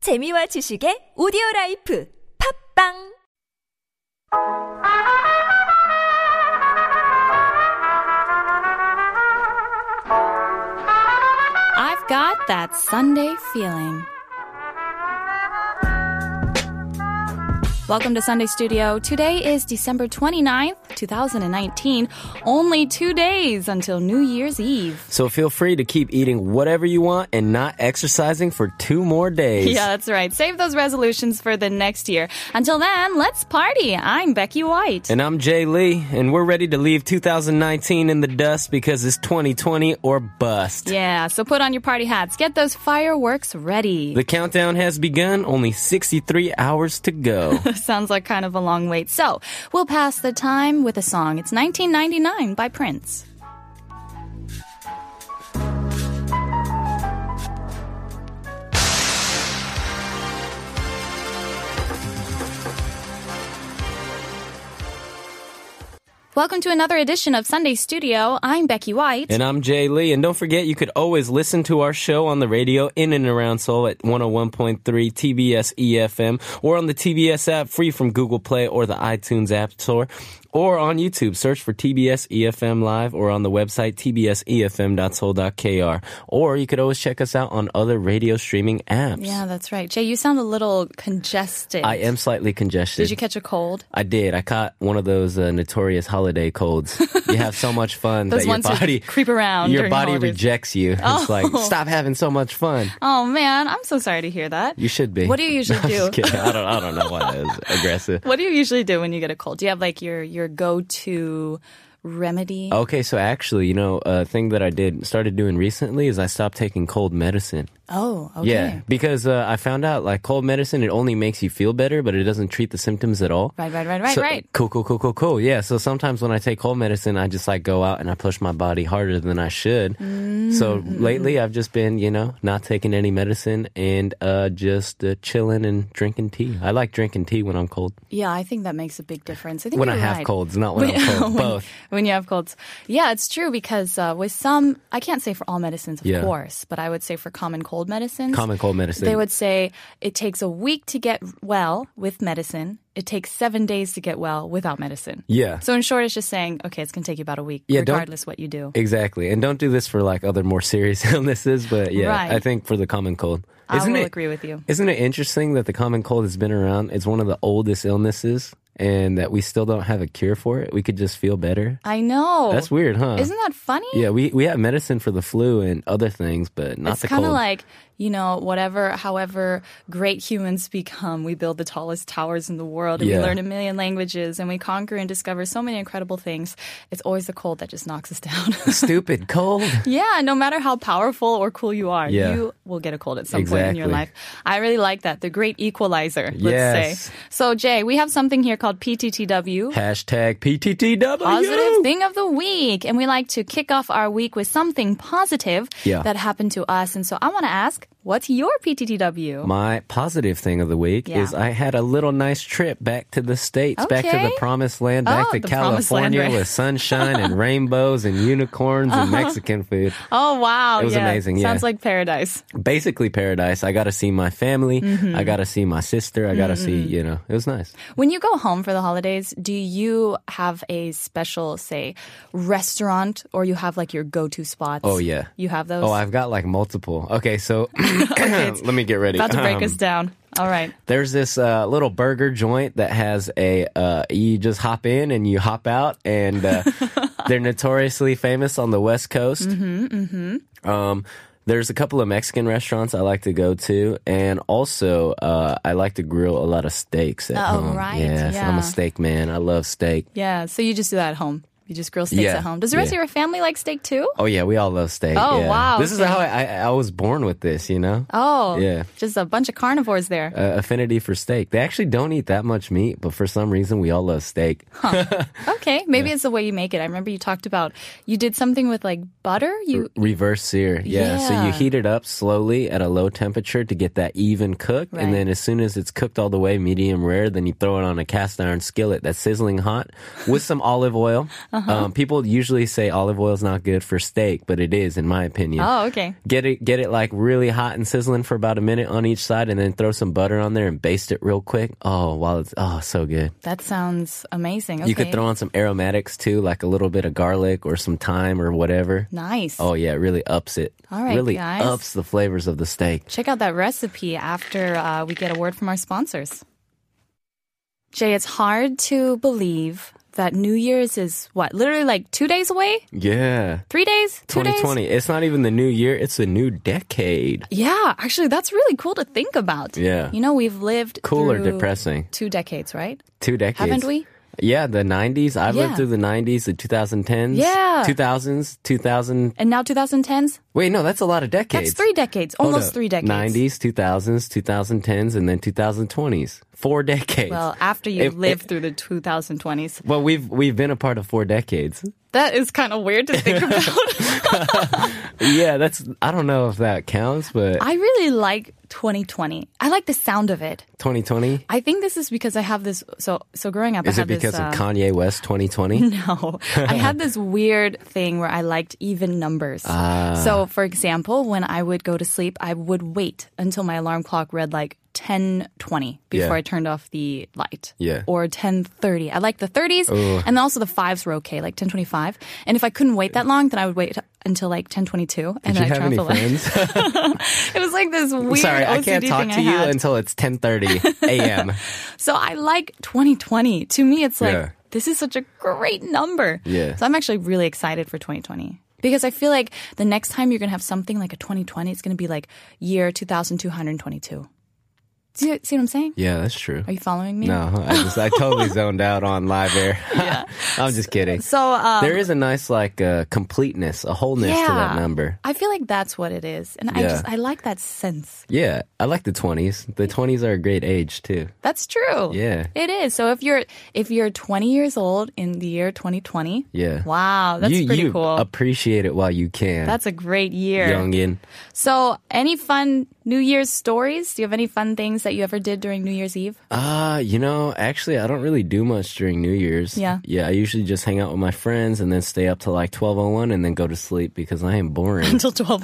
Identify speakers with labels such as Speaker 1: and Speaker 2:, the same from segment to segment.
Speaker 1: 재미와 지식의 오디오 라이프 팝빵
Speaker 2: I've got that Sunday feeling. Welcome to Sunday Studio. Today is December 29th, 2019. Only two days until New Year's Eve.
Speaker 3: So feel free to keep eating whatever you want and not exercising for two more days.
Speaker 2: Yeah, that's right. Save those resolutions for the next year. Until then, let's party. I'm Becky White.
Speaker 3: And I'm Jay Lee, and we're ready to leave 2019 in the dust because it's 2020 or bust.
Speaker 2: yeah, so put on your party hats. Get those fireworks ready.
Speaker 3: The countdown has begun, only 63 hours to go.
Speaker 2: Sounds like kind of a long wait. So, we'll pass the time with a song. It's 1999 by Prince. Welcome to another edition of Sunday Studio. I'm Becky White.
Speaker 3: and I'm Jay Lee, and don't forget you could always listen to our show on the radio in and around Seoul at 101.3 TBS EFM E or on the TBS app free from Google Play or the iTunes App Store. Or on YouTube, search for TBS EFM E Live or on the website E tbsefm.soul.kr. Or you could always check us out on other radio streaming apps.
Speaker 2: yeah, that's right. Jay, you sound a little congested.
Speaker 3: I am slightly congested.
Speaker 2: Did you catch a cold?
Speaker 3: I did. I caught one of those uh, notorious holiday colds. You have so much fun
Speaker 2: Those
Speaker 3: that your
Speaker 2: ones that
Speaker 3: body
Speaker 2: creep around
Speaker 3: Your
Speaker 2: during
Speaker 3: body
Speaker 2: holidays.
Speaker 3: rejects you. It's like stop having so much fun.
Speaker 2: Oh man, I'm so sorry to hear that.
Speaker 3: You should be.
Speaker 2: What do you usually
Speaker 3: I'm just
Speaker 2: do?
Speaker 3: kidding. I don't. I don't know why that was aggressive.
Speaker 2: What do you usually do when you get a cold? Do you have like your your go to remedy?
Speaker 3: Okay, so actually, you know, a thing that I did started doing recently is I stopped taking cold medicine.
Speaker 2: Oh, okay.
Speaker 3: Yeah, because uh, I found out like cold medicine it only makes you feel better, but it doesn't treat the symptoms at all.
Speaker 2: Right, right, right, right,
Speaker 3: So-
Speaker 2: right.
Speaker 3: Cool, cool, cool, cool, cool. Yeah. So sometimes when I take cold medicine, I just like go out and I push my body harder than I should. So
Speaker 2: Mm.
Speaker 3: lately, I've just been, you know, not taking any medicine and uh, just uh, chilling and drinking tea. I like drinking tea when I'm cold.
Speaker 2: Yeah, I think that makes a big difference. I think
Speaker 3: When
Speaker 2: you're
Speaker 3: I have
Speaker 2: right.
Speaker 3: colds, not when I'm cold. Both.
Speaker 2: When you have colds. Yeah, it's true because uh, with some, I can't say for all medicines, of
Speaker 3: Yeah.
Speaker 2: course, but I would say for common cold medicines.
Speaker 3: Common cold medicine.
Speaker 2: They would say it takes a week to get well with medicine. It takes seven days to get well without medicine.
Speaker 3: Yeah.
Speaker 2: So in short, it's just saying, okay, it's going to take you about a week,
Speaker 3: Yeah, don't-
Speaker 2: regardless what you do.
Speaker 3: Exactly. And don't do this for like other more serious illnesses, but yeah,
Speaker 2: Right.
Speaker 3: I think for the common cold.
Speaker 2: I
Speaker 3: Isn't
Speaker 2: will
Speaker 3: it-
Speaker 2: agree with you.
Speaker 3: Isn't it interesting that the common cold has been around? It's one of the oldest illnesses and that we still don't have a cure for it. We could just feel better.
Speaker 2: I know.
Speaker 3: That's weird, huh?
Speaker 2: Isn't that funny?
Speaker 3: yeah, we, we have medicine for the flu and other things, but not
Speaker 2: It's
Speaker 3: the
Speaker 2: kind
Speaker 3: cold.
Speaker 2: of like, you know, whatever, however great humans become, we build the tallest towers in the world and we
Speaker 3: Yeah.
Speaker 2: learn a million languages and we conquer and discover so many incredible things. It's always the cold that just knocks us down.
Speaker 3: Stupid cold.
Speaker 2: yeah, no matter how powerful or cool you are,
Speaker 3: Yeah.
Speaker 2: you will get a cold at some point in your life.
Speaker 3: Exactly.
Speaker 2: I really like that. The great equalizer, let's
Speaker 3: Yes.
Speaker 2: say. So, Jay, we have something here called PTTW.
Speaker 3: Hashtag PTTW.
Speaker 2: positive thing of the week. And we like to kick off our week with something positive
Speaker 3: Yeah.
Speaker 2: that happened to us. And so I want to ask, what's your PTTW?
Speaker 3: My positive thing of the week
Speaker 2: Yeah.
Speaker 3: is I had a little nice trip back to the States, back to the
Speaker 2: Okay.
Speaker 3: promised land, back
Speaker 2: Oh,
Speaker 3: to
Speaker 2: the promised land,
Speaker 3: California
Speaker 2: right. Uh-huh.
Speaker 3: with sunshine and rainbows and unicorns and Mexican food.
Speaker 2: oh, wow.
Speaker 3: It was
Speaker 2: yeah.
Speaker 3: amazing, yeah.
Speaker 2: Sounds like paradise.
Speaker 3: Basically, paradise. I got to see my family. I
Speaker 2: Mm-hmm.
Speaker 3: got to see my sister. I got to see, you know, it was nice.
Speaker 2: When you go home for the holidays, do you have a special, say, restaurant or you have like your go to spots?
Speaker 3: Oh, yeah.
Speaker 2: You have those?
Speaker 3: Oh, I've got like multiple. Okay, so let me get ready.
Speaker 2: About to break
Speaker 3: Um,
Speaker 2: us down. All right.
Speaker 3: There's this uh, little burger joint that has a uh, you just hop in and you hop out, and uh, they're notoriously famous on the West Coast. Mm-hmm, mm-hmm. Um, there's a couple of Mexican restaurants I like to go to, and also uh, I like to grill a lot of steaks at
Speaker 2: Oh,
Speaker 3: home.
Speaker 2: right,
Speaker 3: Yes,
Speaker 2: yeah.
Speaker 3: I'm a steak man. I love steak.
Speaker 2: Yeah. So you just do that at home. You just grill steaks at
Speaker 3: Yeah,
Speaker 2: home. Does the rest
Speaker 3: yeah.
Speaker 2: of your family like steak too?
Speaker 3: Oh yeah, we all love steak.
Speaker 2: Oh,
Speaker 3: yeah.
Speaker 2: wow,
Speaker 3: This
Speaker 2: so-
Speaker 3: is how I, I I was born with this. You know,
Speaker 2: Oh,
Speaker 3: Yeah.
Speaker 2: Just a bunch of carnivores there.
Speaker 3: uh, affinity for steak. They actually don't eat that much meat, but for some reason we all love steak.
Speaker 2: Okay, maybe it's the way you make it. I remember you talked about you did something with like butter. You
Speaker 3: reverse sear. Yeah. So
Speaker 2: Yeah.
Speaker 3: you heat it up slowly at a low temperature to get that even cook.
Speaker 2: Right.
Speaker 3: And then as soon as it's cooked all the way medium rare, then you throw it on a cast iron skillet that's sizzling hot with some olive oil
Speaker 2: Uh-huh.
Speaker 3: Um, people usually say olive oil is not good for steak, but it is, in my opinion.
Speaker 2: Oh, okay.
Speaker 3: Get it, get it like really hot and sizzling for about a minute on each side, and then throw some butter on there and baste it real quick. Oh, while it's oh so good.
Speaker 2: That sounds amazing. Okay.
Speaker 3: You could throw on some aromatics too, like a little bit of garlic or some thyme or whatever.
Speaker 2: Nice.
Speaker 3: Oh yeah, it really ups it.
Speaker 2: All right,
Speaker 3: really
Speaker 2: guys.
Speaker 3: ups the flavors of the steak.
Speaker 2: Check out that recipe after uh, we get a word from our sponsors. Jay, it's hard to believe that New Year's is what, literally like two days away?
Speaker 3: Yeah.
Speaker 2: Three days? Two days?
Speaker 3: 2020. It's not even the new year, it's a new decade.
Speaker 2: Yeah, actually, that's really cool to think about.
Speaker 3: Yeah.
Speaker 2: You know, we've lived
Speaker 3: Cool or
Speaker 2: through
Speaker 3: depressing?
Speaker 2: two decades, right?
Speaker 3: Two decades.
Speaker 2: Haven't we?
Speaker 3: Yeah, the 90s. I've
Speaker 2: Yeah.
Speaker 3: lived through the 90s, the 2010s.
Speaker 2: Yeah.
Speaker 3: 2000s, 2000.
Speaker 2: And now 2010s?
Speaker 3: Wait, no, that's a lot of decades.
Speaker 2: That's three decades,
Speaker 3: Hold
Speaker 2: almost
Speaker 3: up.
Speaker 2: three decades.
Speaker 3: 90s, 2000s, 2010s, and then 2020s. Four decades.
Speaker 2: Well, after you
Speaker 3: If-
Speaker 2: lived through the 2020s.
Speaker 3: well, we've we've been a part of four decades.
Speaker 2: That is kind of weird to think about.
Speaker 3: Yeah, that's I don't know if that counts, but
Speaker 2: I really like 2020. I like the sound of it.
Speaker 3: 2020.
Speaker 2: I think this is because I have this. So, so growing up,
Speaker 3: Is
Speaker 2: I
Speaker 3: it
Speaker 2: had
Speaker 3: because
Speaker 2: this,
Speaker 3: of
Speaker 2: uh,
Speaker 3: Kanye West 2020?
Speaker 2: No, I had this weird thing where I liked even numbers.
Speaker 3: Ah.
Speaker 2: So, for example, when I would go to sleep, I would wait until my alarm clock read like 10:20 before
Speaker 3: Yeah.
Speaker 2: I turned off the light.
Speaker 3: Yeah.
Speaker 2: Or 10:30. I liked the 30s, and then also the fives were okay, like 10:25. And if I couldn't wait that long, then I would wait until like 10:22, and
Speaker 3: Do
Speaker 2: then
Speaker 3: you
Speaker 2: I
Speaker 3: have
Speaker 2: turned
Speaker 3: any
Speaker 2: off the light.
Speaker 3: friends?
Speaker 2: It was like this weird
Speaker 3: Sorry,
Speaker 2: OCD
Speaker 3: I can't talk
Speaker 2: thing
Speaker 3: to
Speaker 2: I
Speaker 3: you
Speaker 2: had.
Speaker 3: until it's 10:30 a.m.
Speaker 2: So I like 2020. To me, it's like,
Speaker 3: Yeah.
Speaker 2: this is such a great number.
Speaker 3: Yeah.
Speaker 2: So I'm actually really excited for 2020. Because I feel like the next time you're going to have something like a 2020, it's going to be like year 2222. Do you see what I'm saying?
Speaker 3: yeah, that's true.
Speaker 2: Are you following me?
Speaker 3: No, I just I totally zoned out on live air. I'm just kidding.
Speaker 2: So um,
Speaker 3: there is a nice like uh, completeness, a wholeness to that
Speaker 2: Yeah.
Speaker 3: number.
Speaker 2: I feel like that's what it is. And I
Speaker 3: Yeah.
Speaker 2: just, I like that sense.
Speaker 3: Yeah, I like the 20s. The 20s are a great age too.
Speaker 2: That's true.
Speaker 3: Yeah.
Speaker 2: It is. So if you're, if you're 20 years old in the year 2020,
Speaker 3: Yeah.
Speaker 2: wow, that's
Speaker 3: you
Speaker 2: pretty
Speaker 3: you
Speaker 2: cool.
Speaker 3: appreciate it while you can.
Speaker 2: that's a great year.
Speaker 3: youngin.
Speaker 2: So, any fun New Year's stories? Do you have any fun things that you ever did during New Year's Eve?
Speaker 3: Uh, you know, actually, I don't really do much during New Year's.
Speaker 2: Yeah.
Speaker 3: Yeah, I usually just hang out with my friends and then stay up till like 12:01 and then go to sleep because I am boring.
Speaker 2: Until 1201.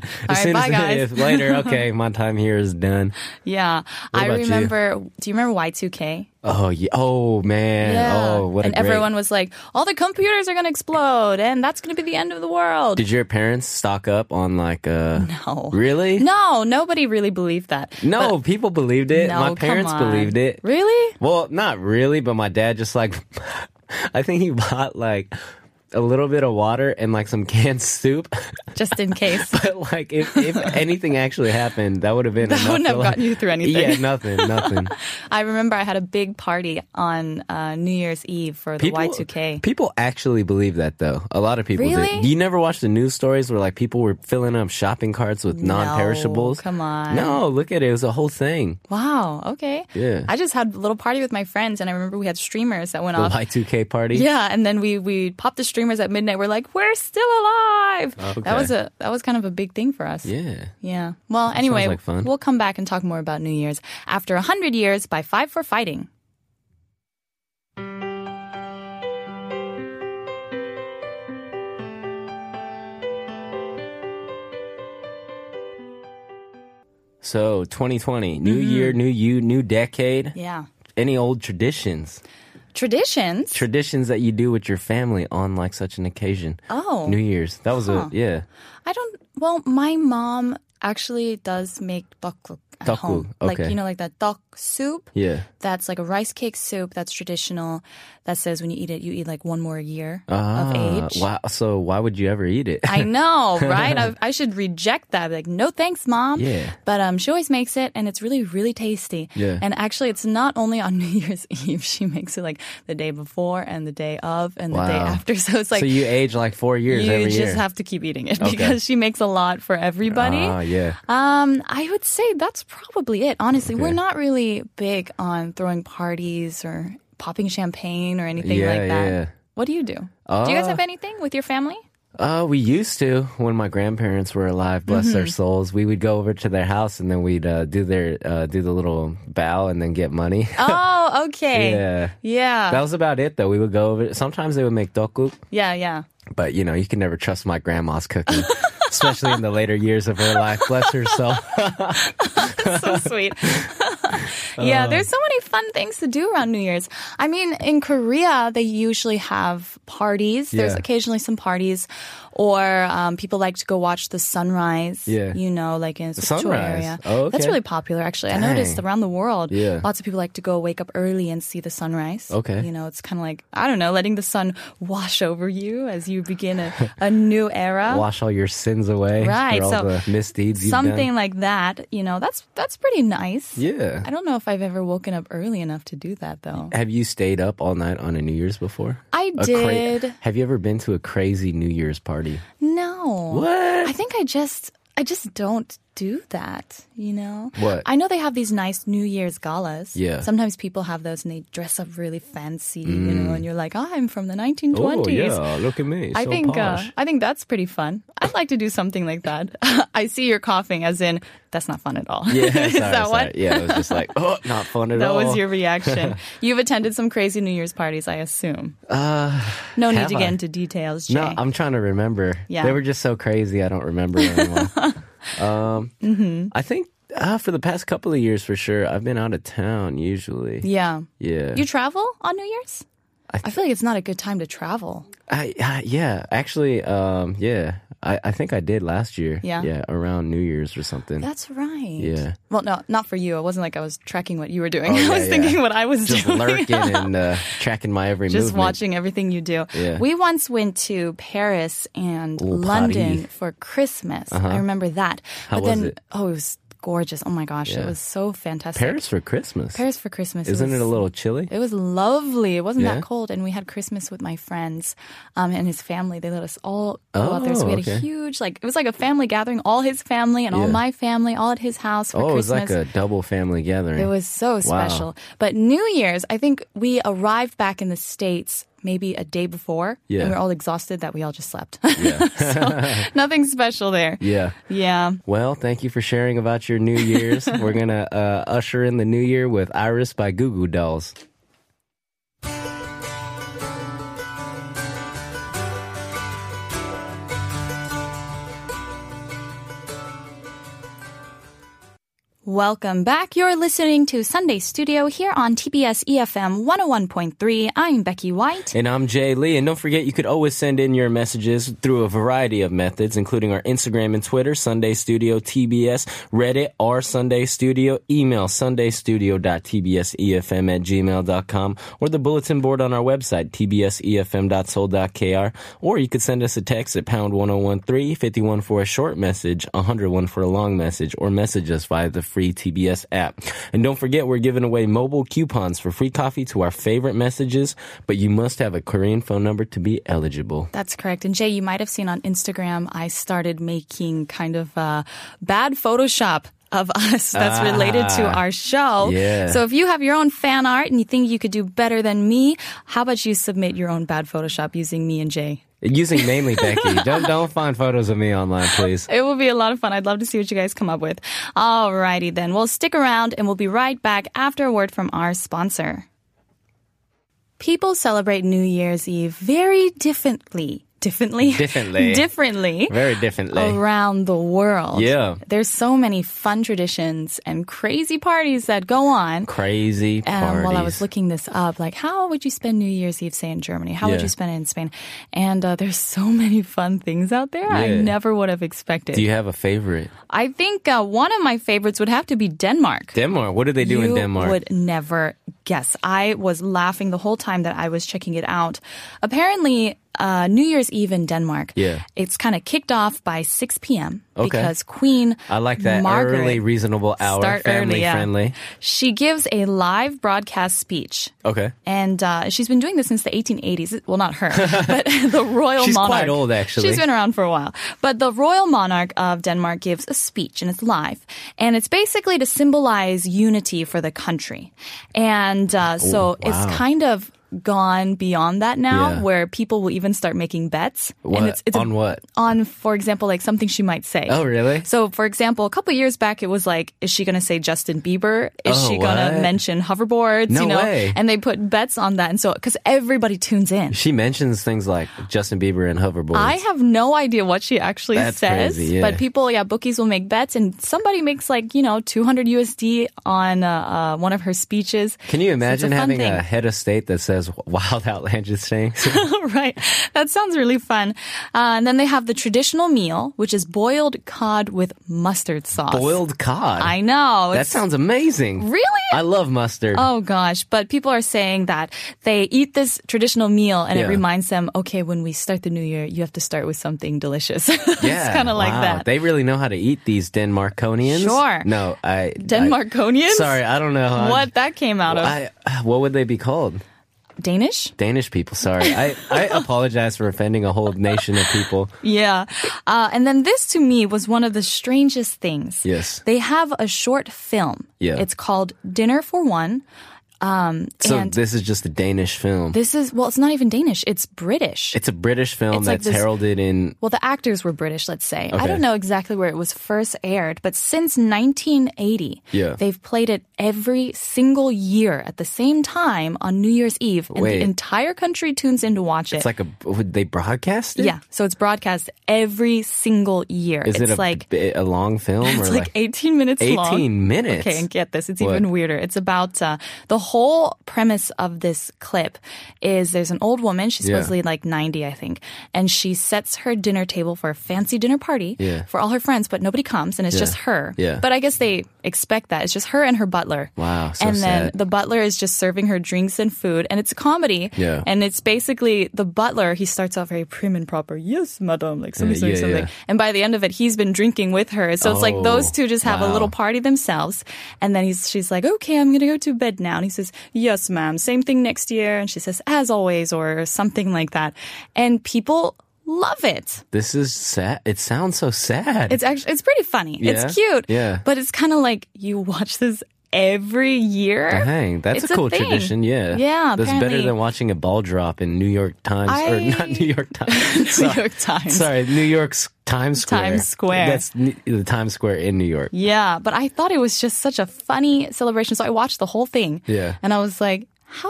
Speaker 2: All
Speaker 3: As
Speaker 2: right,
Speaker 3: soon
Speaker 2: bye
Speaker 3: as I-
Speaker 2: guys.
Speaker 3: if later, okay, my time here is done.
Speaker 2: Yeah. I
Speaker 3: about you?
Speaker 2: remember, do you remember Y2K?
Speaker 3: Oh yeah. Oh man. Oh, what a
Speaker 2: and
Speaker 3: great.
Speaker 2: everyone was like, all the computers are going to explode and that's going to be the end of the world.
Speaker 3: Did your parents stock up on like uh
Speaker 2: no.
Speaker 3: Really?
Speaker 2: No, nobody really believed that.
Speaker 3: No, people believed it.
Speaker 2: No,
Speaker 3: my
Speaker 2: come
Speaker 3: parents
Speaker 2: on.
Speaker 3: believed it.
Speaker 2: Really?
Speaker 3: Well, not really, but my dad just like I think he bought like a little bit of water and like some canned soup.
Speaker 2: Just in case.
Speaker 3: But like, if, if anything actually happened, that would have been
Speaker 2: That
Speaker 3: enough
Speaker 2: wouldn't
Speaker 3: to,
Speaker 2: have
Speaker 3: like-
Speaker 2: gotten you through anything.
Speaker 3: Yeah, nothing, nothing.
Speaker 2: I remember I had a big party on uh, New Year's Eve for the Y2K.
Speaker 3: People actually believe that though. A lot of people
Speaker 2: Really?
Speaker 3: do. You never watch the news stories where like people were filling up shopping carts with non-perishables?
Speaker 2: come on.
Speaker 3: No, look at it. It was a whole thing.
Speaker 2: Wow. Okay.
Speaker 3: Yeah.
Speaker 2: I just had a little party with my friends, and I remember we had streamers that went
Speaker 3: The
Speaker 2: off.
Speaker 3: Y2K party.
Speaker 2: Uh, Yeah, and then we we popped the streamers at midnight. We're like, we're still alive. That
Speaker 3: Oh, Okay.
Speaker 2: was a that was kind of a big thing for us.
Speaker 3: Yeah.
Speaker 2: Yeah. Well, anyway,
Speaker 3: like fun.
Speaker 2: we'll come back and talk more about New Year's after hundred years by Five for Fighting.
Speaker 3: So 2020, new
Speaker 2: Mm-hmm.
Speaker 3: year, new you, new decade.
Speaker 2: Yeah.
Speaker 3: Any old traditions?
Speaker 2: Traditions.
Speaker 3: Traditions that you do with your family on like such an occasion.
Speaker 2: oh,
Speaker 3: New Year's. That was a yeah.
Speaker 2: I don't. Well, my mom actually does make tteokguk at
Speaker 3: Tteokguk,
Speaker 2: home. Like
Speaker 3: okay.
Speaker 2: you know, like that tteok soup.
Speaker 3: Yeah.
Speaker 2: that's like a rice cake soup that's traditional that says when you eat it you eat like one more year
Speaker 3: Ah,
Speaker 2: of age
Speaker 3: Wow. So why would you ever eat it?
Speaker 2: I know, right? I, I should reject that. Like, no thanks, mom.
Speaker 3: Yeah.
Speaker 2: But um, she always makes it, and it's really, really tasty.
Speaker 3: Yeah.
Speaker 2: And actually, it's not only on New Year's Eve. She makes it like the day before, and the day of, and the day
Speaker 3: Wow.
Speaker 2: after. So it's like
Speaker 3: so you age like four years
Speaker 2: you
Speaker 3: every
Speaker 2: just
Speaker 3: year.
Speaker 2: have to keep eating it because she makes a lot for everybody.
Speaker 3: Ah, yeah.
Speaker 2: Um, I would say that's probably it. Honestly, we're
Speaker 3: Okay.
Speaker 2: not really big on throwing parties or popping champagne or anything
Speaker 3: Yeah,
Speaker 2: like that.
Speaker 3: yeah.
Speaker 2: What do you do? do you guys
Speaker 3: Uh,
Speaker 2: have anything with your family?
Speaker 3: Uh, we used to when my grandparents were alive. Bless their
Speaker 2: Mm-hmm.
Speaker 3: souls. We would go over to their house and then we'd uh, do their uh, do the little bow and then get money.
Speaker 2: Oh, okay.
Speaker 3: yeah,
Speaker 2: Yeah.
Speaker 3: that was about it though. We would go over. Sometimes they would make dokuk,
Speaker 2: yeah, yeah.
Speaker 3: but you know you can never trust my grandma's cooking, especially in the later years of her life. Bless her soul.
Speaker 2: so sweet. yeah,
Speaker 3: Uh.
Speaker 2: there's so many fun things to do around New Year's. I mean, in Korea, they usually have parties. There's
Speaker 3: Yeah.
Speaker 2: occasionally some parties, or um, people like to go watch the sunrise.
Speaker 3: Yeah.
Speaker 2: you know, like in a spiritual
Speaker 3: sunrise.
Speaker 2: area.
Speaker 3: Oh,
Speaker 2: That's
Speaker 3: okay.
Speaker 2: really popular, actually. I noticed
Speaker 3: Dang.
Speaker 2: around the world,
Speaker 3: Yeah.
Speaker 2: lots of people like to go wake up early and see the sunrise.
Speaker 3: Okay.
Speaker 2: you know, it's kind of like I don't know, letting the sun wash over you as you begin a, a new era.
Speaker 3: Wash all your sins away.
Speaker 2: Right,
Speaker 3: For all
Speaker 2: so
Speaker 3: the misdeeds. You've
Speaker 2: Something
Speaker 3: Done.
Speaker 2: like that, you know, that's that's pretty nice.
Speaker 3: Yeah.
Speaker 2: I don't know if I've ever woken up early enough to do that though.
Speaker 3: Have you stayed up all night on a New Year's before?
Speaker 2: I
Speaker 3: A cra-
Speaker 2: did.
Speaker 3: have you ever been to a crazy New Year's party?
Speaker 2: No.
Speaker 3: What?
Speaker 2: I think I just I just don't do that, you know?
Speaker 3: What?
Speaker 2: I know they have these nice New Year's galas.
Speaker 3: Yeah.
Speaker 2: Sometimes people have those and they dress up really fancy, you
Speaker 3: Mm.
Speaker 2: know, and you're like, oh, I'm from the 1920s.
Speaker 3: look at me.
Speaker 2: I think uh, I think that's pretty fun. I'd like to do something like that. I see you're coughing, as in that's not fun at all.
Speaker 3: yeah, sorry,
Speaker 2: Is that
Speaker 3: sorry.
Speaker 2: what?
Speaker 3: Yeah, it was just like, oh, not fun at
Speaker 2: That
Speaker 3: all.
Speaker 2: was your reaction. You've attended some crazy New Year's parties, I assume.
Speaker 3: Uh,
Speaker 2: No need to
Speaker 3: Have
Speaker 2: get
Speaker 3: I?
Speaker 2: into details, Jay.
Speaker 3: no, I'm trying to remember.
Speaker 2: Yeah.
Speaker 3: they were just so crazy. I don't remember anymore. um,
Speaker 2: Mm-hmm.
Speaker 3: I think uh, for the past couple of years, for sure, I've been out of town usually.
Speaker 2: yeah.
Speaker 3: Yeah,
Speaker 2: You travel on New Year's? I, feel like it's not a good time to travel.
Speaker 3: I, I, yeah. Actually, um, yeah. I, I think I did last year.
Speaker 2: Yeah.
Speaker 3: yeah, around New Year's or something.
Speaker 2: That's right.
Speaker 3: Yeah.
Speaker 2: Well, no, not for you. It wasn't like I was tracking what you were doing.
Speaker 3: Oh,
Speaker 2: I
Speaker 3: yeah,
Speaker 2: was
Speaker 3: yeah.
Speaker 2: thinking what I was
Speaker 3: just
Speaker 2: doing.
Speaker 3: lurking and uh, tracking my every
Speaker 2: Just
Speaker 3: movement.
Speaker 2: watching everything you do.
Speaker 3: Yeah.
Speaker 2: We once went to Paris and
Speaker 3: Ooh,
Speaker 2: London
Speaker 3: Paris.
Speaker 2: for Christmas. I remember that.
Speaker 3: How
Speaker 2: but then,
Speaker 3: was it?
Speaker 2: oh, it was gorgeous. Oh my gosh, it
Speaker 3: Yeah.
Speaker 2: was so fantastic.
Speaker 3: Paris for Christmas.
Speaker 2: Paris for Christmas.
Speaker 3: Isn't it
Speaker 2: was-
Speaker 3: a little chilly?
Speaker 2: It was lovely. It wasn't that
Speaker 3: Yeah?
Speaker 2: cold, and we had Christmas with my friends um, and his family. They let us all go out there, so we
Speaker 3: Oh,
Speaker 2: had a
Speaker 3: okay.
Speaker 2: huge like it was like a family gathering. All his family and all
Speaker 3: Yeah.
Speaker 2: my family, all at his house for
Speaker 3: Oh, it was
Speaker 2: Christmas.
Speaker 3: like a double family gathering.
Speaker 2: it was so special. But New Year's, I think we arrived back in the states maybe a day before,
Speaker 3: Yeah.
Speaker 2: and we were all exhausted that we all just slept.
Speaker 3: Yeah.
Speaker 2: Nothing special there.
Speaker 3: yeah.
Speaker 2: Yeah.
Speaker 3: Well, thank you for sharing about your New Year's. We're going to uh, usher in the New Year with Iris by Goo Goo Dolls.
Speaker 2: Welcome back. You're listening to Sunday Studio here on TBS EFM 101.3. I'm Becky White.
Speaker 3: And I'm Jay Lee. And don't forget, you could always send in your messages through a variety of methods, including our Instagram and Twitter, Sunday Studio TBS, Reddit, or Sunday Studio, email sundaystudio.tbsefm E at gmail.com, or the bulletin board on our website, E tbsefm.soul.kr. Or you could send us a text at pound 1013, 51 for a short message, 101 for a long message, or message us via the free TBS app. And don't forget, we're giving away mobile coupons for free coffee to our favorite messages, but you must have a Korean phone number to be eligible.
Speaker 2: That's correct. And Jay, you might have seen on Instagram, I started making kind of uh, bad Photoshop of us that's related to our show.
Speaker 3: Ah. yeah.
Speaker 2: So if you have your own fan art and you think you could do better than me, how about you submit your own bad Photoshop using me and Jay?
Speaker 3: Using mainly Becky. Don't don't find photos of me online, please.
Speaker 2: It will be a lot of fun. I'd love to see what you guys come up with. Alrighty then. Well, stick around and we'll be right back after a word from our sponsor. People celebrate New Year's Eve very differently. Differently?
Speaker 3: Differently.
Speaker 2: differently.
Speaker 3: Very differently.
Speaker 2: around the world.
Speaker 3: Yeah.
Speaker 2: There's so many fun traditions and crazy parties that go on.
Speaker 3: Crazy
Speaker 2: Um,
Speaker 3: parties.
Speaker 2: while I was looking this up, like how would you spend New Year's Eve, say in Germany? How would
Speaker 3: Yeah.
Speaker 2: you spend it in Spain? And uh, there's so many fun things out there I
Speaker 3: Yeah.
Speaker 2: never would have expected.
Speaker 3: Do you have a favorite?
Speaker 2: I think uh, one of my favorites would have to be Denmark.
Speaker 3: Denmark. What do they do
Speaker 2: you
Speaker 3: in Denmark?
Speaker 2: would never guess. I was laughing the whole time that I was checking it out. Apparently, uh, New Year's Eve in Denmark,
Speaker 3: Yeah.
Speaker 2: it's kind of kicked off by 6 p.m.
Speaker 3: Okay.
Speaker 2: because Queen
Speaker 3: I like that
Speaker 2: Margaret,
Speaker 3: early, reasonable hour,
Speaker 2: Start
Speaker 3: family
Speaker 2: early, yeah.
Speaker 3: friendly.
Speaker 2: She gives a live broadcast speech.
Speaker 3: Okay.
Speaker 2: And uh, she's been doing this since the 1880s. Well, not her, but the royal
Speaker 3: She's
Speaker 2: monarch.
Speaker 3: quite old, actually.
Speaker 2: She's been around for a while. But the royal monarch of Denmark gives a speech, and it's live. And it's basically to symbolize unity for the country. And uh, so it's kind of gone beyond that now,
Speaker 3: Yeah.
Speaker 2: where people will even start making bets.
Speaker 3: What?
Speaker 2: a-
Speaker 3: On what?
Speaker 2: On, for example, like something she might say.
Speaker 3: Oh, really?
Speaker 2: So, for example, a couple years back, it was like, is she going to say Justin Bieber? Is
Speaker 3: Oh,
Speaker 2: she going to
Speaker 3: what?
Speaker 2: mention hoverboards?
Speaker 3: No
Speaker 2: you know,
Speaker 3: way.
Speaker 2: and they put bets on that, and so because everybody tunes in.
Speaker 3: She mentions things like Justin Bieber and hoverboards.
Speaker 2: I have no idea what she actually
Speaker 3: That's
Speaker 2: says,
Speaker 3: crazy, yeah.
Speaker 2: but people, yeah, bookies will make bets, and somebody makes like you know 200 USD on uh, uh, one of her speeches.
Speaker 3: Can you imagine
Speaker 2: a fun
Speaker 3: having a
Speaker 2: thing.
Speaker 3: head of state that says wild outlandish things?
Speaker 2: right, that sounds really fun. Uh, and then they have the traditional meal, which is boiled cod with mustard sauce.
Speaker 3: Boiled cod.
Speaker 2: I know.
Speaker 3: That
Speaker 2: it's-
Speaker 3: sounds amazing.
Speaker 2: Really?
Speaker 3: I love mustard.
Speaker 2: Oh gosh, but people are saying that they eat this traditional meal and it
Speaker 3: Yeah.
Speaker 2: reminds them, okay, when we start the new year, you have to start with something delicious. it's
Speaker 3: Yeah,
Speaker 2: kind of like
Speaker 3: wow.
Speaker 2: that.
Speaker 3: They really know how to eat these Denmarkonians.
Speaker 2: Sure.
Speaker 3: No, I I,
Speaker 2: Denmarkonians?
Speaker 3: sorry, I don't know how-
Speaker 2: What that came out of.
Speaker 3: I, what would they be called?
Speaker 2: Danish?
Speaker 3: Danish people. Sorry, I, I apologize for offending a whole nation of people.
Speaker 2: Yeah. Uh, and then this to me was one of the strangest things.
Speaker 3: Yes.
Speaker 2: They have a short film.
Speaker 3: Yeah.
Speaker 2: It's called Dinner for One.
Speaker 3: So
Speaker 2: And-
Speaker 3: this is just a Danish film.
Speaker 2: This is, well, it's not even Danish, it's British.
Speaker 3: it's a British film
Speaker 2: It's like
Speaker 3: that's
Speaker 2: this-
Speaker 3: heralded in.
Speaker 2: well, the actors were British, let's say. I
Speaker 3: Okay.
Speaker 2: don't know exactly where it was first aired, but since 1980,
Speaker 3: Yeah.
Speaker 2: they've played it every single year at the same time on New Year's Eve, and
Speaker 3: Wait.
Speaker 2: the entire country tunes in to watch
Speaker 3: It's
Speaker 2: it.
Speaker 3: like a. Would they broadcast it?
Speaker 2: yeah, so it's broadcast every single year.
Speaker 3: Is
Speaker 2: it's
Speaker 3: it a,
Speaker 2: like
Speaker 3: bi- a long film
Speaker 2: It's
Speaker 3: or
Speaker 2: like 18 minutes long.
Speaker 3: 18 minutes?
Speaker 2: Okay, and get this, it's
Speaker 3: What?
Speaker 2: even weirder. It's about uh, the whole premise of this clip is there's an old woman, she's
Speaker 3: Yeah.
Speaker 2: supposedly like 90, I think, and she sets her dinner table for a fancy dinner party
Speaker 3: Yeah.
Speaker 2: for all her friends, but nobody comes and it's just her.
Speaker 3: Yeah.
Speaker 2: But I guess they expect that. It's just her and her butler.
Speaker 3: Wow, so
Speaker 2: and then
Speaker 3: sad.
Speaker 2: the butler is just serving her drinks and food, and it's a comedy.
Speaker 3: Yeah.
Speaker 2: And it's basically the butler, he starts off very prim and proper. Yes, madame, like something,
Speaker 3: Uh,
Speaker 2: something,
Speaker 3: yeah,
Speaker 2: something.
Speaker 3: yeah.
Speaker 2: And by the end of it, he's been drinking with her. So it's like those
Speaker 3: Oh,
Speaker 2: two just have a little party themselves. And then he's, she's like, okay, I'm going to go to bed now. And he says, yes, ma'am, same thing next year. And she says, as always, or something like that. And people love it.
Speaker 3: this is sad. It sounds so sad.
Speaker 2: It's actually, it's pretty funny.
Speaker 3: Yeah?
Speaker 2: It's cute.
Speaker 3: Yeah.
Speaker 2: But it's kind of like you watch this every year.
Speaker 3: Dang, that's
Speaker 2: It's
Speaker 3: a
Speaker 2: a
Speaker 3: cool
Speaker 2: thing.
Speaker 3: tradition. Yeah,
Speaker 2: Yeah,
Speaker 3: that's better
Speaker 2: apparently.
Speaker 3: than watching a ball drop in New York Times or
Speaker 2: I-
Speaker 3: not New York Times.
Speaker 2: New
Speaker 3: sorry,
Speaker 2: York Times.
Speaker 3: Sorry, New York's Times Square.
Speaker 2: Times Square.
Speaker 3: That's N- the Times Square in New York.
Speaker 2: Yeah, but I thought it was just such a funny celebration. So I watched the whole thing.
Speaker 3: Yeah.
Speaker 2: And I was like, how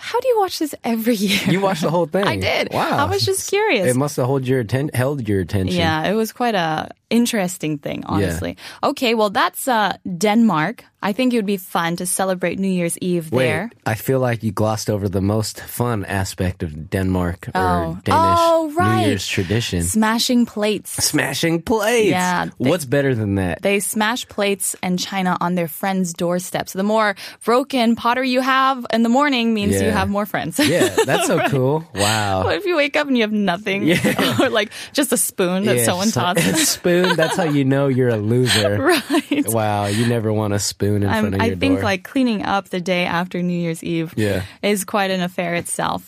Speaker 2: how do you watch this every year?
Speaker 3: You watched the whole thing.
Speaker 2: I did.
Speaker 3: Wow.
Speaker 2: I was just curious.
Speaker 3: It must have hold your atten- held your attention.
Speaker 2: yeah, it was quite a interesting thing, honestly. Okay, well that's uh Denmark. I think it would be fun to celebrate New Year's Eve
Speaker 3: Wait,
Speaker 2: there.
Speaker 3: I feel like you glossed over the most fun aspect of Denmark
Speaker 2: Oh.
Speaker 3: or Danish
Speaker 2: Oh, right.
Speaker 3: New Year's tradition.
Speaker 2: Smashing plates.
Speaker 3: Smashing plates.
Speaker 2: Yeah, they-
Speaker 3: What's better than that?
Speaker 2: They smash plates and china on their friends' doorsteps. The more broken pottery you have in the morning means you
Speaker 3: Yeah.
Speaker 2: have more friends.
Speaker 3: yeah, that's so cool. Wow.
Speaker 2: What if you wake up and you have nothing? or like just a spoon that
Speaker 3: Yeah,
Speaker 2: someone
Speaker 3: just like-
Speaker 2: tossed?
Speaker 3: spoon. That's how you know you're a loser.
Speaker 2: right.
Speaker 3: Wow, you never want a spoon in front
Speaker 2: I'm,
Speaker 3: of your
Speaker 2: I think
Speaker 3: door.
Speaker 2: like cleaning up the day after New Year's Eve
Speaker 3: Yeah.
Speaker 2: is quite an affair itself.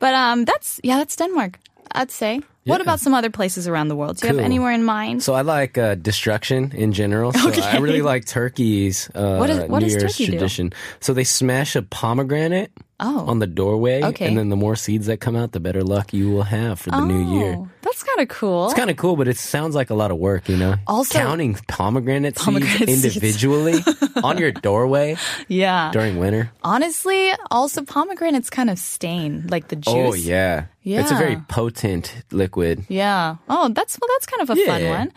Speaker 2: But um, that's yeah, that's Denmark. I'd say. What
Speaker 3: Yeah.
Speaker 2: about some other places around the world? Do you
Speaker 3: Cool.
Speaker 2: have anywhere in mind?
Speaker 3: so I like uh, destruction in general. So I really like turkeys. Uh,
Speaker 2: What is- what
Speaker 3: New
Speaker 2: does
Speaker 3: Year's
Speaker 2: turkey do?
Speaker 3: tradition. So they smash a pomegranate
Speaker 2: Oh.
Speaker 3: on the doorway,
Speaker 2: Okay.
Speaker 3: and then the more seeds that come out, the better luck you will have for the new year.
Speaker 2: Oh, that's kind of cool.
Speaker 3: It's kind of cool, but it sounds like a lot of work, you know.
Speaker 2: Also-
Speaker 3: counting pomegranate,
Speaker 2: Pomegranate
Speaker 3: seeds
Speaker 2: seeds.
Speaker 3: individually on your doorway
Speaker 2: yeah.
Speaker 3: during winter.
Speaker 2: Honestly, also pomegranates kind of stain like the juice.
Speaker 3: Oh yeah. it's a very
Speaker 2: Yeah.
Speaker 3: potent liquid.
Speaker 2: Yeah. Oh, that's well, that's kind of a fun
Speaker 3: Yeah.
Speaker 2: one.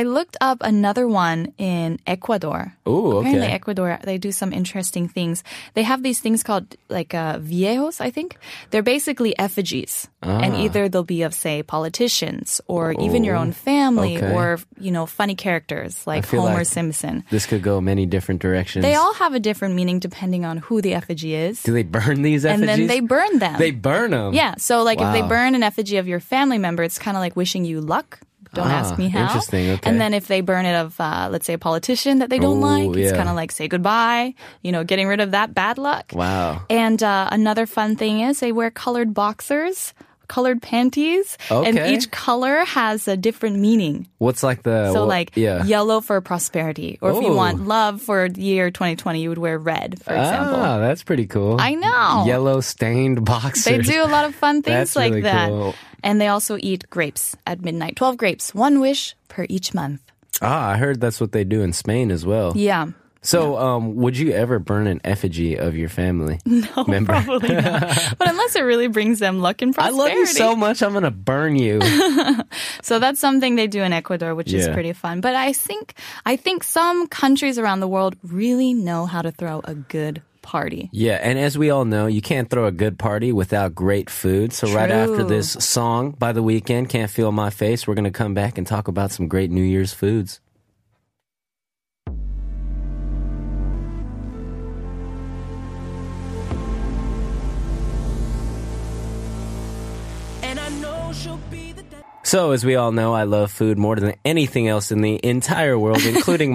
Speaker 2: I looked up another one in Ecuador.
Speaker 3: Ooh,
Speaker 2: Apparently,
Speaker 3: okay.
Speaker 2: Ecuador they do some interesting things. They have these things called like uh, viejos, I think. They're basically effigies,
Speaker 3: Ah.
Speaker 2: and either they'll be of say politicians or even your own family
Speaker 3: Oh, okay.
Speaker 2: or you know funny characters like
Speaker 3: feel
Speaker 2: Homer
Speaker 3: like-
Speaker 2: Simpson.
Speaker 3: This could go many different directions.
Speaker 2: They all have a different meaning depending on who the effigy is,
Speaker 3: Do they burn these
Speaker 2: and then
Speaker 3: effigies?
Speaker 2: they burn them.
Speaker 3: They burn them.
Speaker 2: Yeah. So like if they
Speaker 3: Wow.
Speaker 2: burn an effigy of your family member, it's kind of like wishing you luck. Don't
Speaker 3: Ah,
Speaker 2: ask me how.
Speaker 3: interesting, okay.
Speaker 2: And then if they burn it of, uh, let's say, a politician that they don't
Speaker 3: Ooh,
Speaker 2: like, it's
Speaker 3: yeah.
Speaker 2: kind of like say goodbye. You know, getting rid of that bad luck.
Speaker 3: Wow.
Speaker 2: And uh, another fun thing is they wear colored boxers. colored panties, and
Speaker 3: Okay.
Speaker 2: each color has a different meaning.
Speaker 3: What's like the
Speaker 2: So
Speaker 3: what-
Speaker 2: like
Speaker 3: yeah.
Speaker 2: yellow for prosperity, or if you
Speaker 3: Oh.
Speaker 2: want love for the year 2020, you would wear red, for example.
Speaker 3: Ah, that's pretty cool.
Speaker 2: I know.
Speaker 3: Yellow stained boxers.
Speaker 2: They do a lot of fun things
Speaker 3: That's
Speaker 2: like
Speaker 3: really
Speaker 2: that.
Speaker 3: cool.
Speaker 2: And they also eat grapes at midnight. 12 grapes, one wish per each month.
Speaker 3: Ah, I heard that's what they do in Spain as well.
Speaker 2: Yeah.
Speaker 3: So, um, would you ever burn an effigy of your family no, member?
Speaker 2: Probably not. but unless it really brings them luck and
Speaker 3: I
Speaker 2: prosperity.
Speaker 3: love you so much. I'm gonna burn you.
Speaker 2: So that's something they do in Ecuador, which is
Speaker 3: Yeah.
Speaker 2: pretty fun. But I think I think some countries around the world really know how to throw a good party.
Speaker 3: yeah, and as we all know, you can't throw a good party without great food. So right after
Speaker 2: True.
Speaker 3: this song by the weekend, "Can't Feel My Face," we're gonna come back and talk about some great New Year's foods.
Speaker 4: And I know she'll be the death.
Speaker 3: So, as we all know, I love food more than anything else in the entire world, including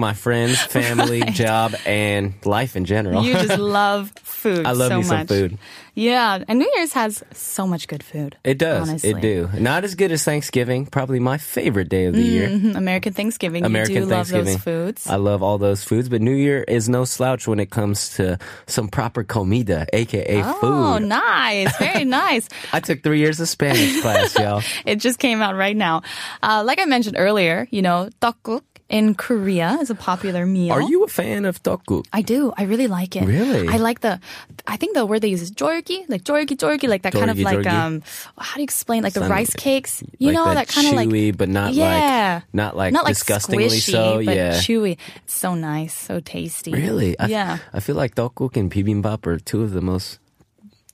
Speaker 3: my friends, family, job, and life in general.
Speaker 2: You just love food.
Speaker 3: I love
Speaker 2: so
Speaker 3: me some
Speaker 2: much.
Speaker 3: food.
Speaker 2: Yeah, and New Year's has so much good food.
Speaker 3: It does.
Speaker 2: Honestly.
Speaker 3: It do. Not as good as Thanksgiving. Probably my favorite day of the year.
Speaker 2: Mhm, American Thanksgiving.
Speaker 3: American
Speaker 2: you do
Speaker 3: Thanksgiving.
Speaker 2: love those foods.
Speaker 3: I love all those foods, but New Year is no slouch when it comes to some proper comida, aka
Speaker 2: Oh,
Speaker 3: food.
Speaker 2: nice. Very nice.
Speaker 3: I took three years of Spanish class, y'all.
Speaker 2: It just came out right now. Uh, like I mentioned earlier, you know, tteokguk in Korea is a popular meal.
Speaker 3: Are you a fan of tteokguk?
Speaker 2: I do. I really like it.
Speaker 3: Really?
Speaker 2: I like the. I think the word they use is jorgi, like jorgi, jorgi, like that kind of
Speaker 3: Jorgi,
Speaker 2: like
Speaker 3: jorgi.
Speaker 2: um. How do you explain like the
Speaker 3: Some-
Speaker 2: rice cakes? You
Speaker 3: like
Speaker 2: know
Speaker 3: that,
Speaker 2: that, kind of like
Speaker 3: chewy, but not
Speaker 2: yeah,
Speaker 3: like not like
Speaker 2: not like
Speaker 3: disgustingly
Speaker 2: squishy,
Speaker 3: so.
Speaker 2: but
Speaker 3: yeah,
Speaker 2: chewy. It's so nice, so tasty.
Speaker 3: Really? I,
Speaker 2: yeah.
Speaker 3: I feel like tteokguk and bibimbap are two of the most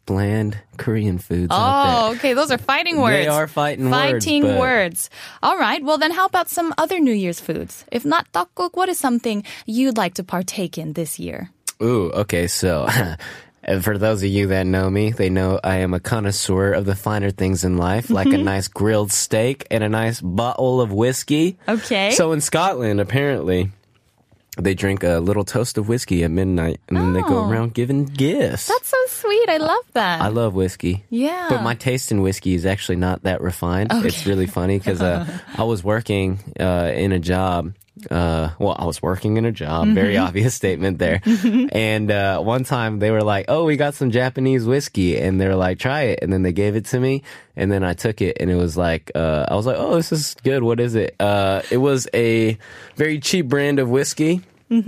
Speaker 3: bland Korean foods out
Speaker 2: Oh, okay. Those are fighting words.
Speaker 3: They are fighting words,
Speaker 2: Fighting
Speaker 3: but-
Speaker 2: words. All right. Well, then, how about some other New Year's foods? If not tteokguk, what is something you'd like to partake in this year?
Speaker 3: there. Ooh, okay, so and for those of you that know me, they know I am a connoisseur of the finer things in life, like
Speaker 2: Mm-hmm.
Speaker 3: a nice grilled steak and a nice bottle of whiskey.
Speaker 2: Okay.
Speaker 3: So in Scotland, apparently, they drink a little toast of whiskey at midnight and then they go
Speaker 2: Oh.
Speaker 3: around giving gifts.
Speaker 2: That's so sweet. I love that.
Speaker 3: I love whiskey.
Speaker 2: Yeah.
Speaker 3: But my taste in whiskey is actually not that refined. It's really funny because uh, I was working uh, in a job. Uh, well, I was working in a job. Very obvious statement there. and uh, one time they were like, "Oh, we got some Japanese whiskey," and they were like, "Try it." And then they gave it to me, and then I took it, and it was like, uh, I was like, "Oh, this is good. What is it?" Uh, it was a very cheap brand of whiskey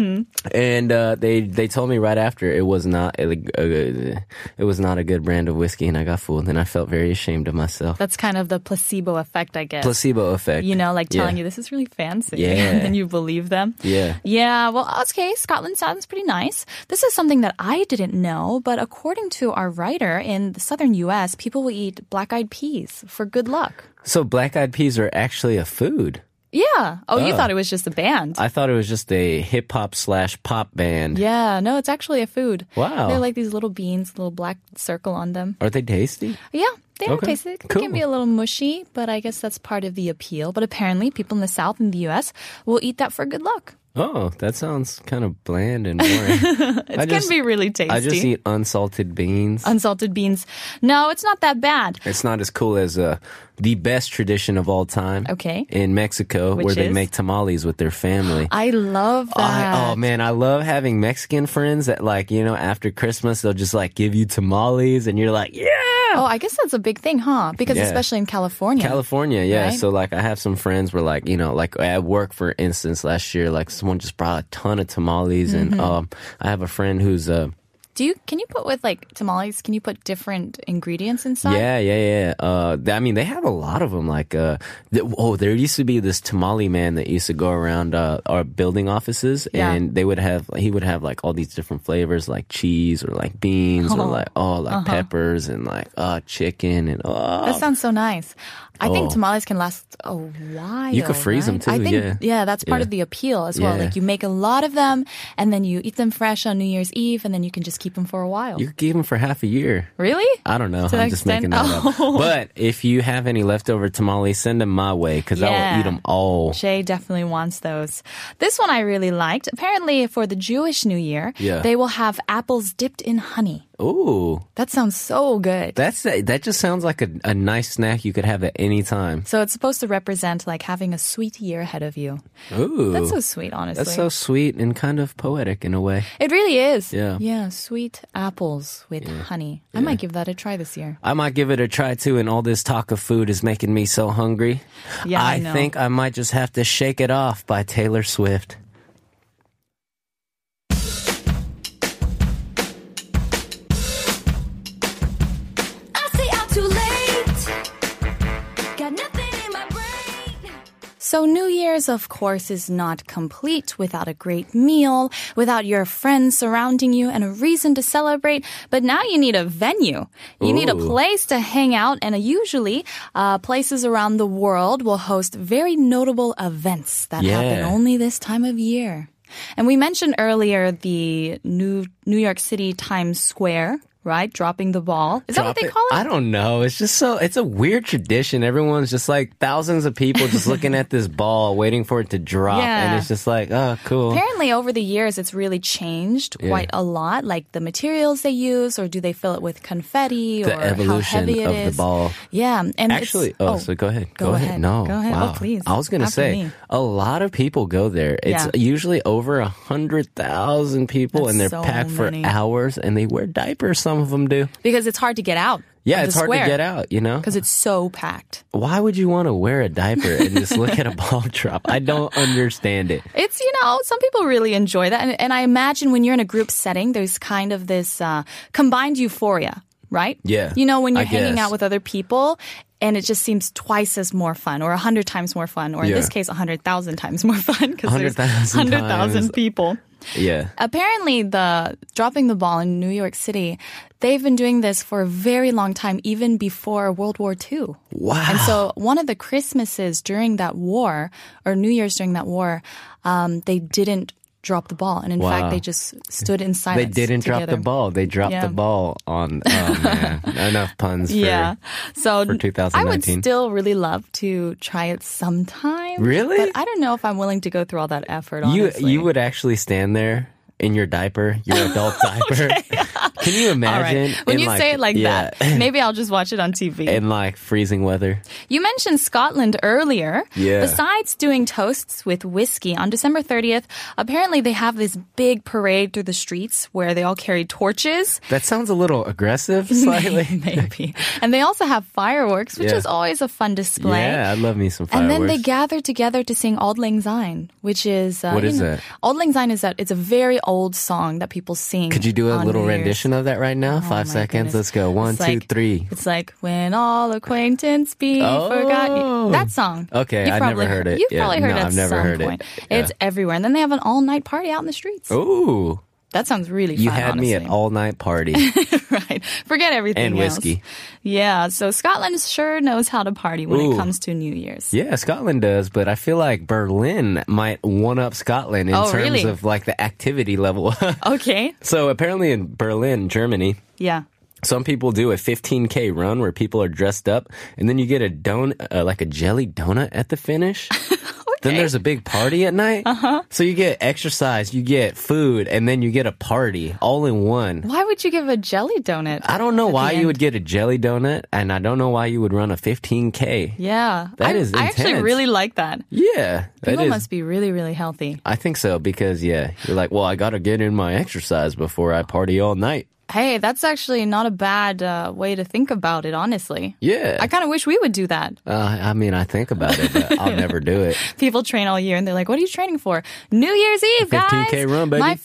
Speaker 3: and uh, they they told me right after it was not a, a- it was not a good brand of whiskey, and I got fooled, and I felt very ashamed of myself.
Speaker 2: That's kind of the placebo effect, I guess.
Speaker 3: Placebo effect,
Speaker 2: you know, like telling
Speaker 3: yeah.
Speaker 2: you this is really fancy.
Speaker 3: Yeah.
Speaker 2: And then you believe them.
Speaker 3: Yeah.
Speaker 2: Yeah. Well, okay. Scotland sounds pretty nice. This is something that I didn't know, but according to our writer in the southern U.S., people will eat black eyed peas for good luck.
Speaker 3: So black eyed peas are actually a food.
Speaker 2: Yeah. Oh, you thought it was just a band.
Speaker 3: I thought it was just a hip hop slash pop band.
Speaker 2: yeah, no, it's actually a food.
Speaker 3: Wow.
Speaker 2: They're like these little beans, little black circle on them.
Speaker 3: Are they tasty?
Speaker 2: Yeah, they are
Speaker 3: Okay,
Speaker 2: tasty. They can be a
Speaker 3: cool.
Speaker 2: little mushy, but I guess that's part of the appeal. But apparently, people in the South and the U.S. will eat that for good luck.
Speaker 3: Oh, that sounds kind of bland and boring.
Speaker 2: It
Speaker 3: I
Speaker 2: can
Speaker 3: just-
Speaker 2: be really tasty.
Speaker 3: I just eat unsalted beans.
Speaker 2: unsalted beans. No, it's not that bad.
Speaker 3: It's not as cool as uh, the best tradition of all time.
Speaker 2: Okay.
Speaker 3: In Mexico, where
Speaker 2: Which
Speaker 3: they
Speaker 2: is?
Speaker 3: make tamales with their family.
Speaker 2: I love that.
Speaker 3: I, oh man, I love having Mexican friends that like you know after Christmas they'll just like give you tamales and you're like yeah.
Speaker 2: Oh, I guess that's a big thing, huh? Because
Speaker 3: Yeah.
Speaker 2: especially in California.
Speaker 3: California, yeah.
Speaker 2: Right.
Speaker 3: So like, I have some friends where like, you know, like at work, for instance, last year, like someone just brought a ton of tamales,
Speaker 2: Mm-hmm.
Speaker 3: and um, I have a friend who's uh,
Speaker 2: Do you can you put with like tamales? Can you put different ingredients inside?
Speaker 3: Yeah, yeah, yeah. Uh, th- I mean, they have a lot of them. Like, uh, th- oh, there used to be this tamale man that used to go around uh, our building offices,
Speaker 2: Yeah.
Speaker 3: and they would have he would have like all these different flavors, like cheese or like beans or like oh, like
Speaker 2: Uh-huh.
Speaker 3: peppers and like uh, chicken and oh,
Speaker 2: That sounds so nice. I think
Speaker 3: Oh.
Speaker 2: tamales can last a while.
Speaker 3: You could freeze them
Speaker 2: right? I
Speaker 3: too,
Speaker 2: think,
Speaker 3: yeah.
Speaker 2: that's part
Speaker 3: Yeah.
Speaker 2: of the appeal as well.
Speaker 3: Yeah.
Speaker 2: Like you make a lot of them, and then you eat them fresh on New Year's Eve, and then you can just keep them for a while.
Speaker 3: you could keep them for half a year.
Speaker 2: really?
Speaker 3: I don't know.
Speaker 2: To that
Speaker 3: I'm just making
Speaker 2: extent-
Speaker 3: that
Speaker 2: Oh.
Speaker 3: up. But if you have any leftover tamales, send them my way because I
Speaker 2: Yeah.
Speaker 3: will eat them all.
Speaker 2: Jay definitely wants those. This one I really liked. Apparently, for the Jewish New Year,
Speaker 3: Yeah.
Speaker 2: they will have apples dipped in honey.
Speaker 3: Ooh,
Speaker 2: That sounds so good.
Speaker 3: that's that just sounds like a, a nice snack you could have at any time.
Speaker 2: so it's supposed to represent like having a sweet year ahead of you.
Speaker 3: Ooh,
Speaker 2: That's so sweet, honestly.
Speaker 3: That's so sweet and kind of poetic in a way.
Speaker 2: it really is.
Speaker 3: Yeah.
Speaker 2: Yeah, sweet apples with honey. I might give that a try this year.
Speaker 3: I might give it a try too, and all this talk of food is making me so hungry.
Speaker 2: Yeah, I know.
Speaker 3: think I might just have to Shake It Off by Taylor Swift.
Speaker 1: I stay out too late. Got nothing in my brain.
Speaker 2: So, New Year's, of course, is not complete without a great meal, without your friends surrounding you and a reason to celebrate. But now you need a venue. You need a
Speaker 3: Ooh.
Speaker 2: place to hang out, and usually, uh, places around the world will host very notable events that happen
Speaker 3: Yeah.
Speaker 2: only this time of year. And we mentioned earlier the New New York City Times Square, right? Dropping the ball. Is that what
Speaker 3: Drop
Speaker 2: they call it?
Speaker 3: I don't know. It's just so, it's a weird tradition. Everyone's just like thousands of people just looking at this ball, waiting for it to drop.
Speaker 2: Yeah.
Speaker 3: And it's just like, oh, cool.
Speaker 2: Apparently, over the years, it's really changed quite a lot, like the materials they use, or do they fill it with confetti, or
Speaker 3: the
Speaker 2: how
Speaker 3: evolution
Speaker 2: heavy it
Speaker 3: of
Speaker 2: is.
Speaker 3: the ball.
Speaker 2: Yeah, and it's-
Speaker 3: Actually, oh, so go ahead.
Speaker 2: Go ahead.
Speaker 3: No,
Speaker 2: Go ahead. Oh,
Speaker 3: Wow.
Speaker 2: please.
Speaker 3: I was gonna
Speaker 2: After me.
Speaker 3: say a lot of people go there. It's
Speaker 2: Yeah.
Speaker 3: usually over a hundred thousand people, and they're
Speaker 2: That's so
Speaker 3: packed
Speaker 2: many.
Speaker 3: for hours, and they wear diapers. Some of them do.
Speaker 2: because it's hard to get out.
Speaker 3: Yeah, it's hard to get out. You know,
Speaker 2: because it's so packed.
Speaker 3: why would you want to wear a diaper and just look at a ball drop? I don't understand it.
Speaker 2: It's you know some people really enjoy that, and, and I imagine when you're in a group setting, there's kind of this uh, combined euphoria, right?
Speaker 3: Yeah,
Speaker 2: You know when
Speaker 3: I
Speaker 2: you're hanging out
Speaker 3: guess.
Speaker 2: with other people, and it just seems twice as more fun, or a hundred times more fun, or in
Speaker 3: Yeah.
Speaker 2: this case, a hundred thousand times more fun because there's
Speaker 3: 100,000
Speaker 2: hundred thousand
Speaker 3: times.
Speaker 2: people.
Speaker 3: Yeah.
Speaker 2: Apparently, the dropping the ball in New York City, they've been doing this for a very long time, even before World War II.
Speaker 3: Wow.
Speaker 2: And so, one of the Christmases during that war, or New Year's during that war, um, they didn't drop the ball, and in fact,
Speaker 3: Wow.
Speaker 2: they just stood in
Speaker 3: they
Speaker 2: silence.
Speaker 3: didn't drop the
Speaker 2: together.
Speaker 3: ball. They dropped
Speaker 2: Yeah.
Speaker 3: the ball on. Oh man, enough puns. For,
Speaker 2: Yeah. So
Speaker 3: for
Speaker 2: I would
Speaker 3: 2019.
Speaker 2: still really love to try it sometime.
Speaker 3: Really?
Speaker 2: But I don't know if I'm willing to go through all that effort.
Speaker 3: You
Speaker 2: Honestly.
Speaker 3: you would actually stand there in your diaper, your adult diaper. Can
Speaker 2: All
Speaker 3: you
Speaker 2: right.
Speaker 3: imagine?
Speaker 2: When
Speaker 3: in
Speaker 2: you say it like
Speaker 3: yeah,
Speaker 2: that, maybe I'll just watch it on TV.
Speaker 3: In like freezing weather.
Speaker 2: You mentioned Scotland earlier.
Speaker 3: Yeah.
Speaker 2: Besides doing toasts with whiskey on December 30th, apparently they have this big parade through the streets where they all carry torches.
Speaker 3: That sounds a little aggressive, slightly.
Speaker 2: Maybe. And they also have fireworks, which
Speaker 3: Yeah.
Speaker 2: is always a fun display.
Speaker 3: yeah, I love me some
Speaker 2: And
Speaker 3: fireworks.
Speaker 2: then they gather together to sing Auld Lang Syne, which is uh,
Speaker 3: What
Speaker 2: you
Speaker 3: is
Speaker 2: know,
Speaker 3: that?
Speaker 2: Auld Lang Syne is that it's a very old song that people sing.
Speaker 3: Could you do a
Speaker 2: on
Speaker 3: little
Speaker 2: New Year's.
Speaker 3: rendition of that right now?
Speaker 2: Oh
Speaker 3: Five
Speaker 2: my
Speaker 3: seconds.
Speaker 2: goodness.
Speaker 3: Let's go. One,
Speaker 2: It's
Speaker 3: two,
Speaker 2: like-
Speaker 3: three.
Speaker 2: It's like when all acquaintance be
Speaker 3: Oh.
Speaker 2: forgotten. That song.
Speaker 3: Okay,
Speaker 2: You've
Speaker 3: I never
Speaker 2: probably
Speaker 3: heard it.
Speaker 2: You've
Speaker 3: Yeah,
Speaker 2: probably heard
Speaker 3: no,
Speaker 2: it.
Speaker 3: I've never
Speaker 2: some
Speaker 3: heard it.
Speaker 2: point.
Speaker 3: Yeah.
Speaker 2: It's everywhere, and then they have an all-night party out in the streets.
Speaker 3: Ooh,
Speaker 2: That sounds really.
Speaker 3: you
Speaker 2: fun,
Speaker 3: had me at
Speaker 2: honestly.
Speaker 3: all night party.
Speaker 2: right. Forget everything
Speaker 3: And
Speaker 2: else.
Speaker 3: whiskey.
Speaker 2: Yeah. So Scotland sure knows how to party when it
Speaker 3: Ooh.
Speaker 2: comes to New Year's.
Speaker 3: yeah, Scotland does, but I feel like Berlin might one up Scotland in
Speaker 2: Oh,
Speaker 3: terms
Speaker 2: really?
Speaker 3: of like the activity level.
Speaker 2: Okay.
Speaker 3: so apparently in Berlin, Germany,
Speaker 2: Yeah.
Speaker 3: some people do a 15k run where people are dressed up and then you get a don uh, like a jelly donut at the finish then there's a big party at night uh-huh. so you get exercise you get food and then you get a party all in one
Speaker 2: Why would you give a jelly donut?
Speaker 3: i don't know
Speaker 2: At the
Speaker 3: why
Speaker 2: end.
Speaker 3: you would get a jelly donut and i don't know why you would run a 15k
Speaker 2: Yeah.
Speaker 3: That
Speaker 2: I,
Speaker 3: is
Speaker 2: I actually
Speaker 3: intense.
Speaker 2: really like that.
Speaker 3: yeah that
Speaker 2: People
Speaker 3: is-
Speaker 2: must be really, really healthy.
Speaker 3: i think so because yeah you're like well i gotta get in my exercise before i party all night
Speaker 2: Hey, that's actually not a bad uh, way to think about it, honestly.
Speaker 3: yeah
Speaker 2: I kind of wish we would do that.
Speaker 3: uh, i mean i think about it but i'll never do it
Speaker 2: People train all year and they're like, what are you training for? New Year's Eve, guys.
Speaker 3: 15K run, baby."
Speaker 2: My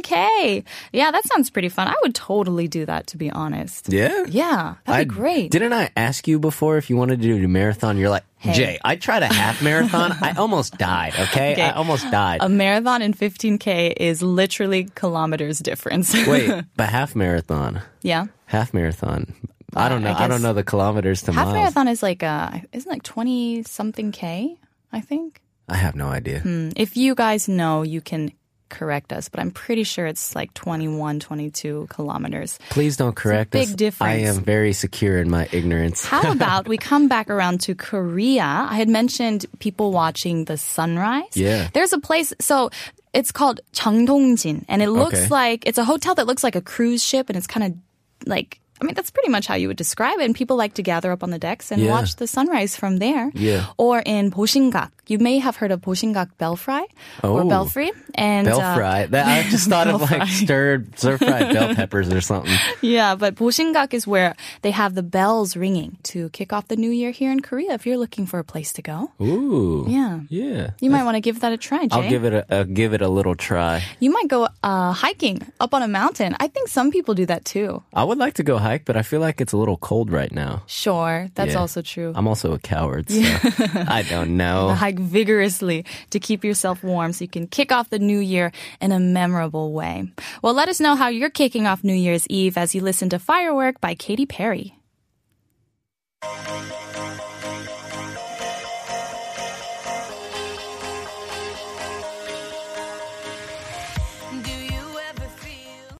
Speaker 2: 15K. Yeah, that sounds pretty fun. I would totally do that, to be honest.
Speaker 3: yeah
Speaker 2: Yeah, that'd be
Speaker 3: I-
Speaker 2: great.
Speaker 3: Didn't I ask you before if you wanted to do a marathon? You're like, Jay, I tried a half marathon. I almost died, okay?
Speaker 2: Okay. Um,
Speaker 3: I almost died.
Speaker 2: a marathon and 15K is literally kilometers difference.
Speaker 3: Wait, but half marathon.
Speaker 2: yeah.
Speaker 3: Half marathon. I don't know.
Speaker 2: Uh, I
Speaker 3: I, don't
Speaker 2: guess-
Speaker 3: know the kilometers to
Speaker 2: Half
Speaker 3: miles.
Speaker 2: marathon is like, uh, isn't like 20 something K, I think.
Speaker 3: I have no idea.
Speaker 2: If you guys know, you can correct us, but I'm pretty sure it's like 21, 22 kilometers.
Speaker 3: Please don't correct
Speaker 2: big
Speaker 3: us. I
Speaker 2: difference.
Speaker 3: am very secure in my ignorance.
Speaker 2: How about we come back around to Korea? I had mentioned people watching the sunrise.
Speaker 3: Yeah.
Speaker 2: There's a place, so it's called Cheongdongjin, and it looks
Speaker 3: Okay.
Speaker 2: like it's a hotel that looks like a cruise ship, and it's kind of like I mean that's pretty much how you would describe it. And people like to gather up on the decks and
Speaker 3: Yeah.
Speaker 2: watch the sunrise from there.
Speaker 3: Yeah.
Speaker 2: Or in Boshingak, you may have heard of Boshingak belfry or
Speaker 3: Oh.
Speaker 2: belfry and
Speaker 3: Bell
Speaker 2: uh,
Speaker 3: fry. That, I just thought of
Speaker 2: Bell
Speaker 3: like
Speaker 2: fry.
Speaker 3: stirred stir fried bell peppers or something.
Speaker 2: Yeah, but Boshingak is where they have the bells ringing to kick off the new year here in Korea. If you're looking for a place to go,
Speaker 3: Ooh.
Speaker 2: Yeah.
Speaker 3: Yeah.
Speaker 2: you might want to give that a try. Jay.
Speaker 3: I'll give it a, a give it a little try.
Speaker 2: You might go uh, hiking up on a mountain. I think some people do that too.
Speaker 3: I would like to go hike, but I feel like it's a little cold right now.
Speaker 2: Sure, that's
Speaker 3: Yeah.
Speaker 2: also true.
Speaker 3: I'm also a coward, so I don't know.
Speaker 2: Hike vigorously to keep yourself warm so you can kick off the new year in a memorable way. Well, let us know how you're kicking off New Year's Eve as you listen to Firework by Katy Perry.